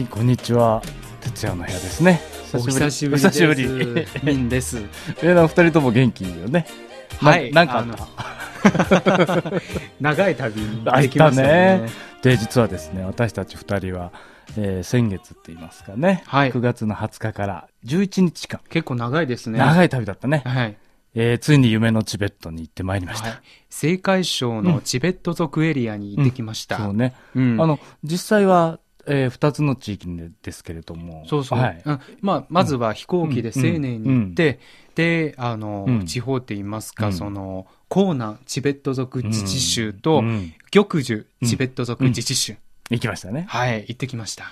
いこんにちは哲也の部屋ですねお久しぶりお久しぶりです。ミンです。 えなんか二人とも元気よねなはいなんかあっあたの 長い旅にできましたあったねね。で実はですね私たち二人は、えー先月って言いますかね、はい9月の20日から11日間、結構長いですね。長い旅だったね、はい。えーついに夢のチベットに行ってまいりました、はい青海省のチベット族エリアに行ってきました。そうね、うんあの実際は、え2つの地域でですけれどもそうそう。はいうんまあ、まずは飛行機で青年に行って、で、あの、うん地方って言いますうか、んその、コーナチベット族自治州と、うん玉樹チベット族自治州、行きましたねはい、行ってきました。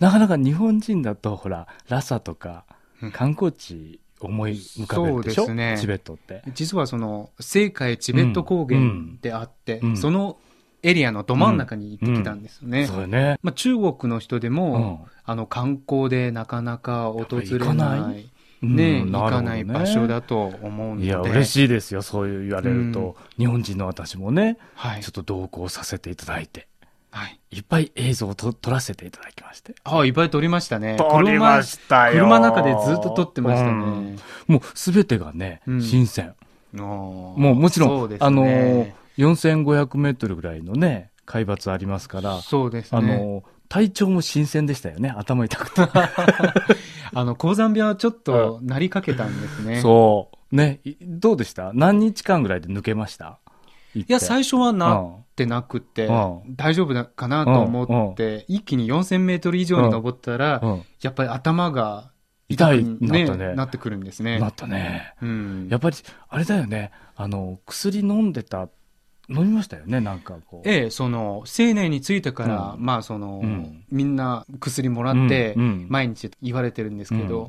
なかなか日本人だとほらラサとかうん観光地思い浮かべるでしょそうですねチベットって実はその青海チベット高原であって、うんうんそのエリアのど真ん中に行ってきたんですよね。そうよねまあ、中国の人でも、うあの観光でなかなか訪れやっぱり行かな、ないんねうん行かない場所なるだと思うほどのねで、いや嬉しいですよそういう言われるうんと日本人の私もねはいちょっと同行させていただいてはい、いっぱい映像をと撮らせていただきましてああ、いっぱい撮りましたね。た車車の中でずっと撮ってましたうんね。もう全てがねうん新鮮ももうもちろん、あのね、 4500メートルぐらいのね海抜ありますからそうですね。あの、体調も新鮮でしたよね。頭痛くて。あの、高山病はちょっとなりかけたんです ね。そう。ね、いどうでした何日間ぐらいで抜けましたいいや、最初はなうんってなくて、うん大丈夫だかなと思って、一気に4000メートル以上に登ったら、うんやっぱり頭が痛いくんなったねなってくるんですね。なったね。うんやっぱり、あれだよね。あの、薬飲んでた、飲みましたよね、なんかこう。ええ、その、青年に着いてから、うんまあ、その、うんみんな薬もらって、うんうん毎日言われてるんですけど、うん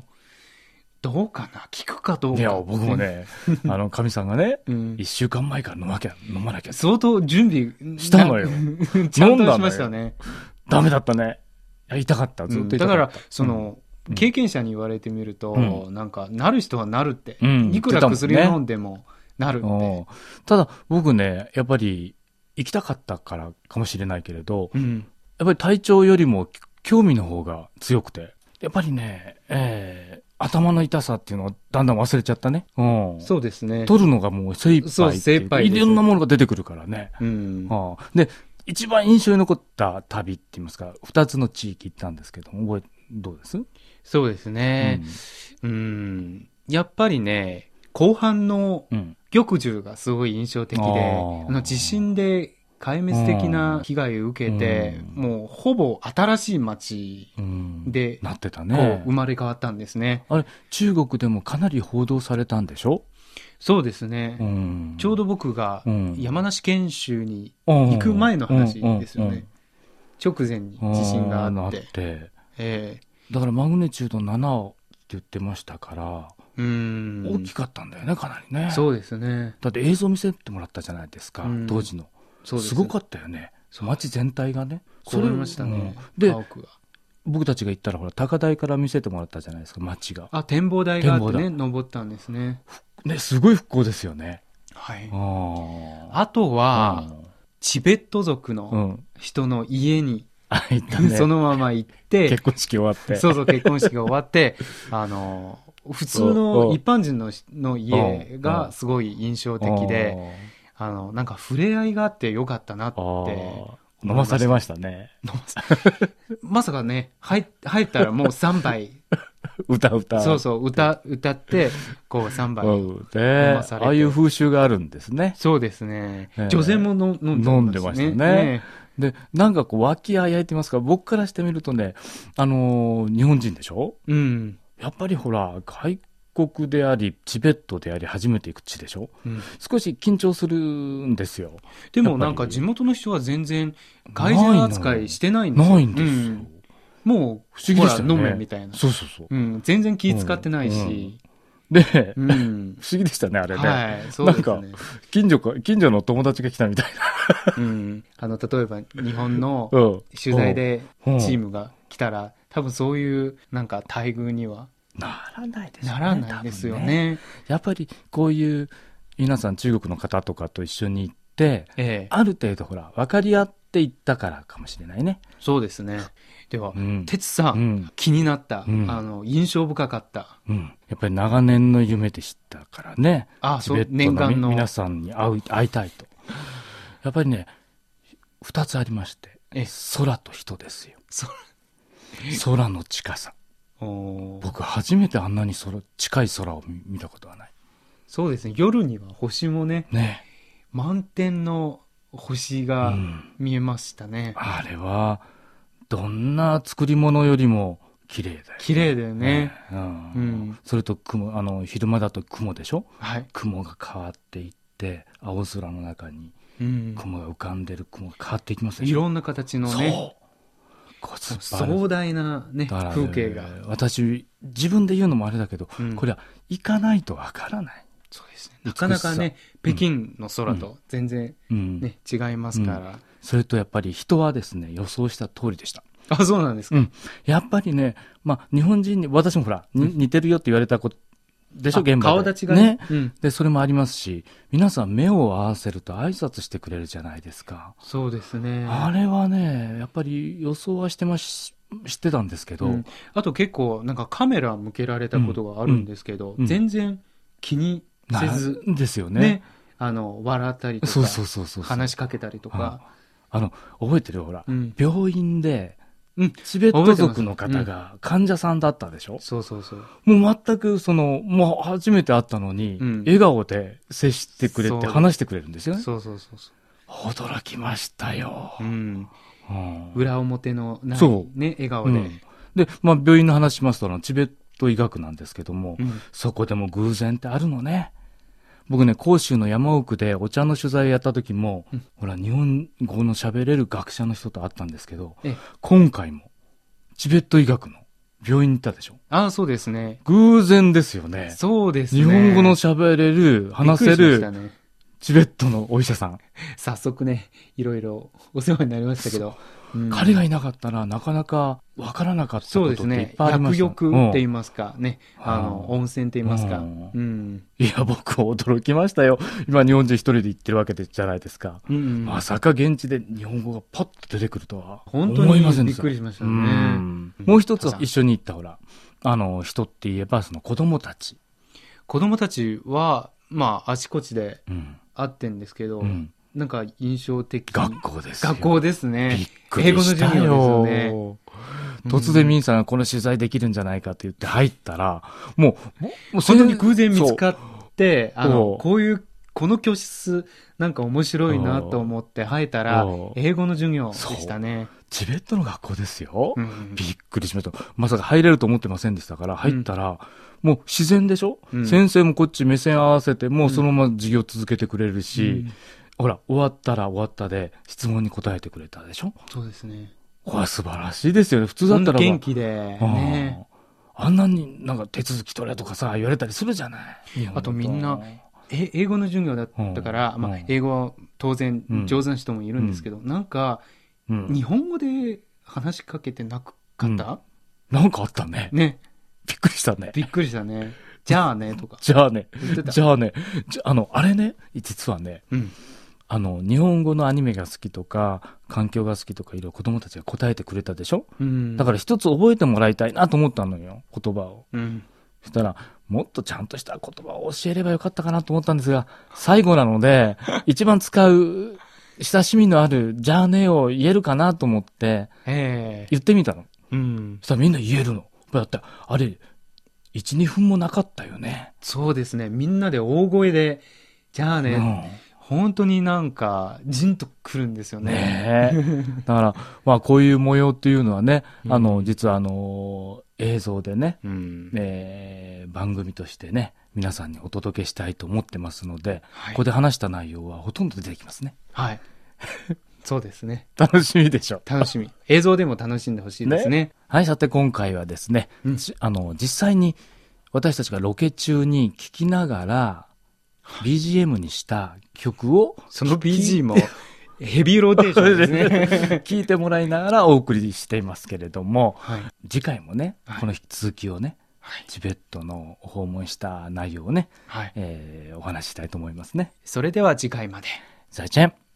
どうかな効くかどういか。や、僕も。 ね、あの、かみさんがね、うん一週間前から飲まなきゃ、飲まなきゃ。相当準備したのよ ちゃん飲んだのとよしましたね。ダメだったね。いや、痛かった。ずっと痛だかかった。ら、そうんの、経験者に言われてみると、うなんか、なる人はなるって。うんいくら薬を飲んでも、なるって。うんただ、僕ね、やっぱり、行きたかったからかもしれないけれど、うんやっぱり体調よりもき興味の方が強くて。やっぱりね、えー頭の痛さっていうのはだんだん忘れちゃったね。うん。そうですね。取るのがもう精一杯そう精一杯いですろんなものが出てくるからね。うんうんで、一番印象に残った旅って言いますか、二つの地域行ったんですけども、覚え、どうです、そうですね、うん。やっぱりね、後半のうん、うん。玉樹がすごい印象的で、あーあの地震で壊滅的な被害を受けて、うんもうほぼ新しい町うん。で、なってたこうね生。まれ変わったんですね。あれ、中国でもかなり報道されたんでしょそうですね。うん。ちょうど僕がうん山梨県州に行行く前の話ですよね。。直前に地震があって。て。えだからマグネチュード7をって言ってましたから、えうん。大きかったんだよね、かなりね。そうですね。だって映像見せてもらったじゃないですか、うん当時の。そうですすごかったよね。街全体がね。それましたね。うんで家、屋が僕たちが行ったら、ほら、高台から見せてもらったじゃないですか、街が。あ、展望台があって展ね、登ったんですね。ね、すごい復興ですよね。はいあ。ーあとは、うんチベット族うのん。人の家に、あ、行ったね。そのまま行って結、婚式終わって。そうそう、結婚式が終わって、 あの、普通うんの一般人のしの家がすごい印象的で、あの、なんか触れ合いがあってよかったなっあー。て。あー飲まされましたね。 まさかね、入っ入ったらもう3杯、 歌歌。そうそう、歌、歌って、こう3杯。うんね飲まされてああいう風習があるんですね。そうですねええ。女性もの飲んでましたね。飲んでましたねで、なんかこう、脇あやいてますから、僕からしてみるとね、あのー日本人でしょえうん。やっぱりほら、外国であり、チベットであり、初めて行く地でしょうん少し緊張するんですよ。でやっもぱりなんか地元の人は全然外人扱いしてないんですよ。ないんですよ。うんもう、不思議でしたよねほら飲めみたいな。そうそうそう。うん、全然気使ってないし。で、うん。不思議でしたね、あれね。はい、そうですなんね。近所か、近所の友達が来たみたいうん。あの、例えば日本のな。うん。取材でチうんームが来たら、多分そういうなんか待遇にはならないですよなね。らないですよ多分ね。やっぱりこういう皆さん中国の方とかと一緒に行ってええ。ある程度ほら分かり合って行ったからかもしれないねそうですね。では、うん哲さん、うん気になった、うんあの、印象深かった。うん。やっぱり長年の夢でしたからね。あ、チそベう、ット念のみ願の。皆さんに会う会いたいと。やっぱりね、二つありましてえ、空と人ですよ。空空の近さ。 おー僕初めてあんなに空近い空を見見たことはない。そうですね、夜には星もね、ね。満天の星うがん見えましたね。あれは、どんな作り物よりも綺麗だよ、ね。綺麗だよね。うん。うんそれと雲、あの、昼間だと雲でしょはい。雲が変わっていって、青空の中にうん。雲が浮かんでる雲が変わっていきますでいしょ。ろんな形のね、そう。こう素晴らしい壮大なね、だからね風景が。私、自分で言うのもあれだけど、うんこれは行かないとわからない。そうですね。なかなかね、美北しさ京の空と全然うん。ね、違いますから。それとやっぱり人はですね、予想した通りでした。あ、そうなんですか。うん、やっぱりね、まあ、日本人に、私もほら、に似てるよって言われたことでしょ、あ現場で。顔立ちがね。うん。で、それもありますし、皆さん目を合わせると挨拶してくれるじゃないですか。そうですね。あれはね、やっぱり予想はしてます、してたんですけど、うんあと結構、なんかカメラ向けられたことがあるんですけど、うんうん全然気になせず、んですよねね。あの、笑ったりとか、そうそうそうそう。話しかけたりとか、あの、覚えてるほら、うん病院で、うんチベット族の方が患者さんだったでしょ、そうそうそう。もう全くその、もう初めて会ったのに、うん笑顔で接してくれそうてです話してくれるんですよね。そうそうそうそ驚きましたよ。う。うん。うん裏表のない、そね、笑顔うで。んで、まあ病院の話しますとあの、チベット医学なんですけども、うんそこでも偶然ってあるのね。僕ね、甲州の山奥でお茶の取材やった時も、うんほら、日本語の喋れる学者の人と会ったんですけど、ええ今回も、チベット医学の病院に行ったでしょああ、そうですね。偶然ですよね。そうですね。日本語の喋れる、話せびっくりしまるしたねチベットのお医者さん。早速ね、いろいろお世話になりましたけど。うん彼がいなかったらなかなかわからなかったそこうとっでてすいっね。ぱいありま薬した浴って言ういんますかね。あうの、ん温泉って言いますか。ううんん。うんいや、僕驚きましたよ。今日本人一人で行ってるわけじゃないですか。うんまさか現地で日本語がパッと出てくるとは本当思いませんでにびっした。くりしましたうね。んうんもう一つたはだ一緒に行ったほら、あの、人って言えばその子供たち。子供たちは、まあ、あちこちでうん。会ってんですけどう、んなんか印象的。学校ですよ。学校ですびねっ。くりしたよ。英語の授業ですよ突然ミンさんがこの取材できるんじゃないかって言って入ったら、もう、もう本当に偶然見つっかって、あおのう、こういう、この教室、なんか面白いなと思って入ったらおう、英語の授業でしたね。チベットの学校ですよ。うんびっくりしました。まさか入れると思ってませんでしたから、入ったら、もう自然でしょ、うん先生もこっち目線合わせて、もうそのまま授業続けてくれるし、うんほら、終わったら終わったで、質問に答えてくれたでしょそうですね。これは素晴らしいですよね。普通だったらば、元気で、ね。あーあんなになんか手続き取れとかさ、言われたりするじゃない。あとみんなえ英語の授業だったから、うんまあうん、英語は当然うん上手な人もいるんですけど、なんかうん日本語で話しかけてなかった、なんかあったね。ねびっくりしたね。びっくりした ね「じゃあね」とかじゃあね、言ってたじゃあね、じゃあの、あれね、実はね、うんあの、日本語のアニメが好きとか、環境が好きとか、いろいろ子供たちが答えてくれたでしょうん、だから一つ覚えてもらいたいなと思ったのよ、言葉を。ら、うん、そしたら、もっとちゃんとした言葉を教えればよかったかなと思ったんですが、最後なので、一番使う、親しみのある、じゃあねを言えるかなと思って、ええ言ってみたの。うんそ、したらみんな言えるの。だって、あれ、1、2分もなかったよね。そうですねみんなで大声で「じゃあね」うん本当になんかじんとくるんですよねね え。だから、まあ、こういう模様っていうのはね、うんあの、実はあの、映像でね、うんえー番組としてね、皆さんにお届けしたいと思ってますので、はこいこで話した内容はほとんど出てきますね。はいそうですね楽しみでしょ。楽しみ映像でも楽しんでほしいですねはい、さて今回はですね、うんじあの、実際に私たちがロケ中に聞きながら、BGM にした曲をその BG もヘビーローテーション ですね。聞いてもらいながらお送りしていますけれども、はい。次回もね、はいこの続きをね、はい。チベットの訪問した内容をね、はい。えーお話ししたいと思いますね。それでは次回まで。再见。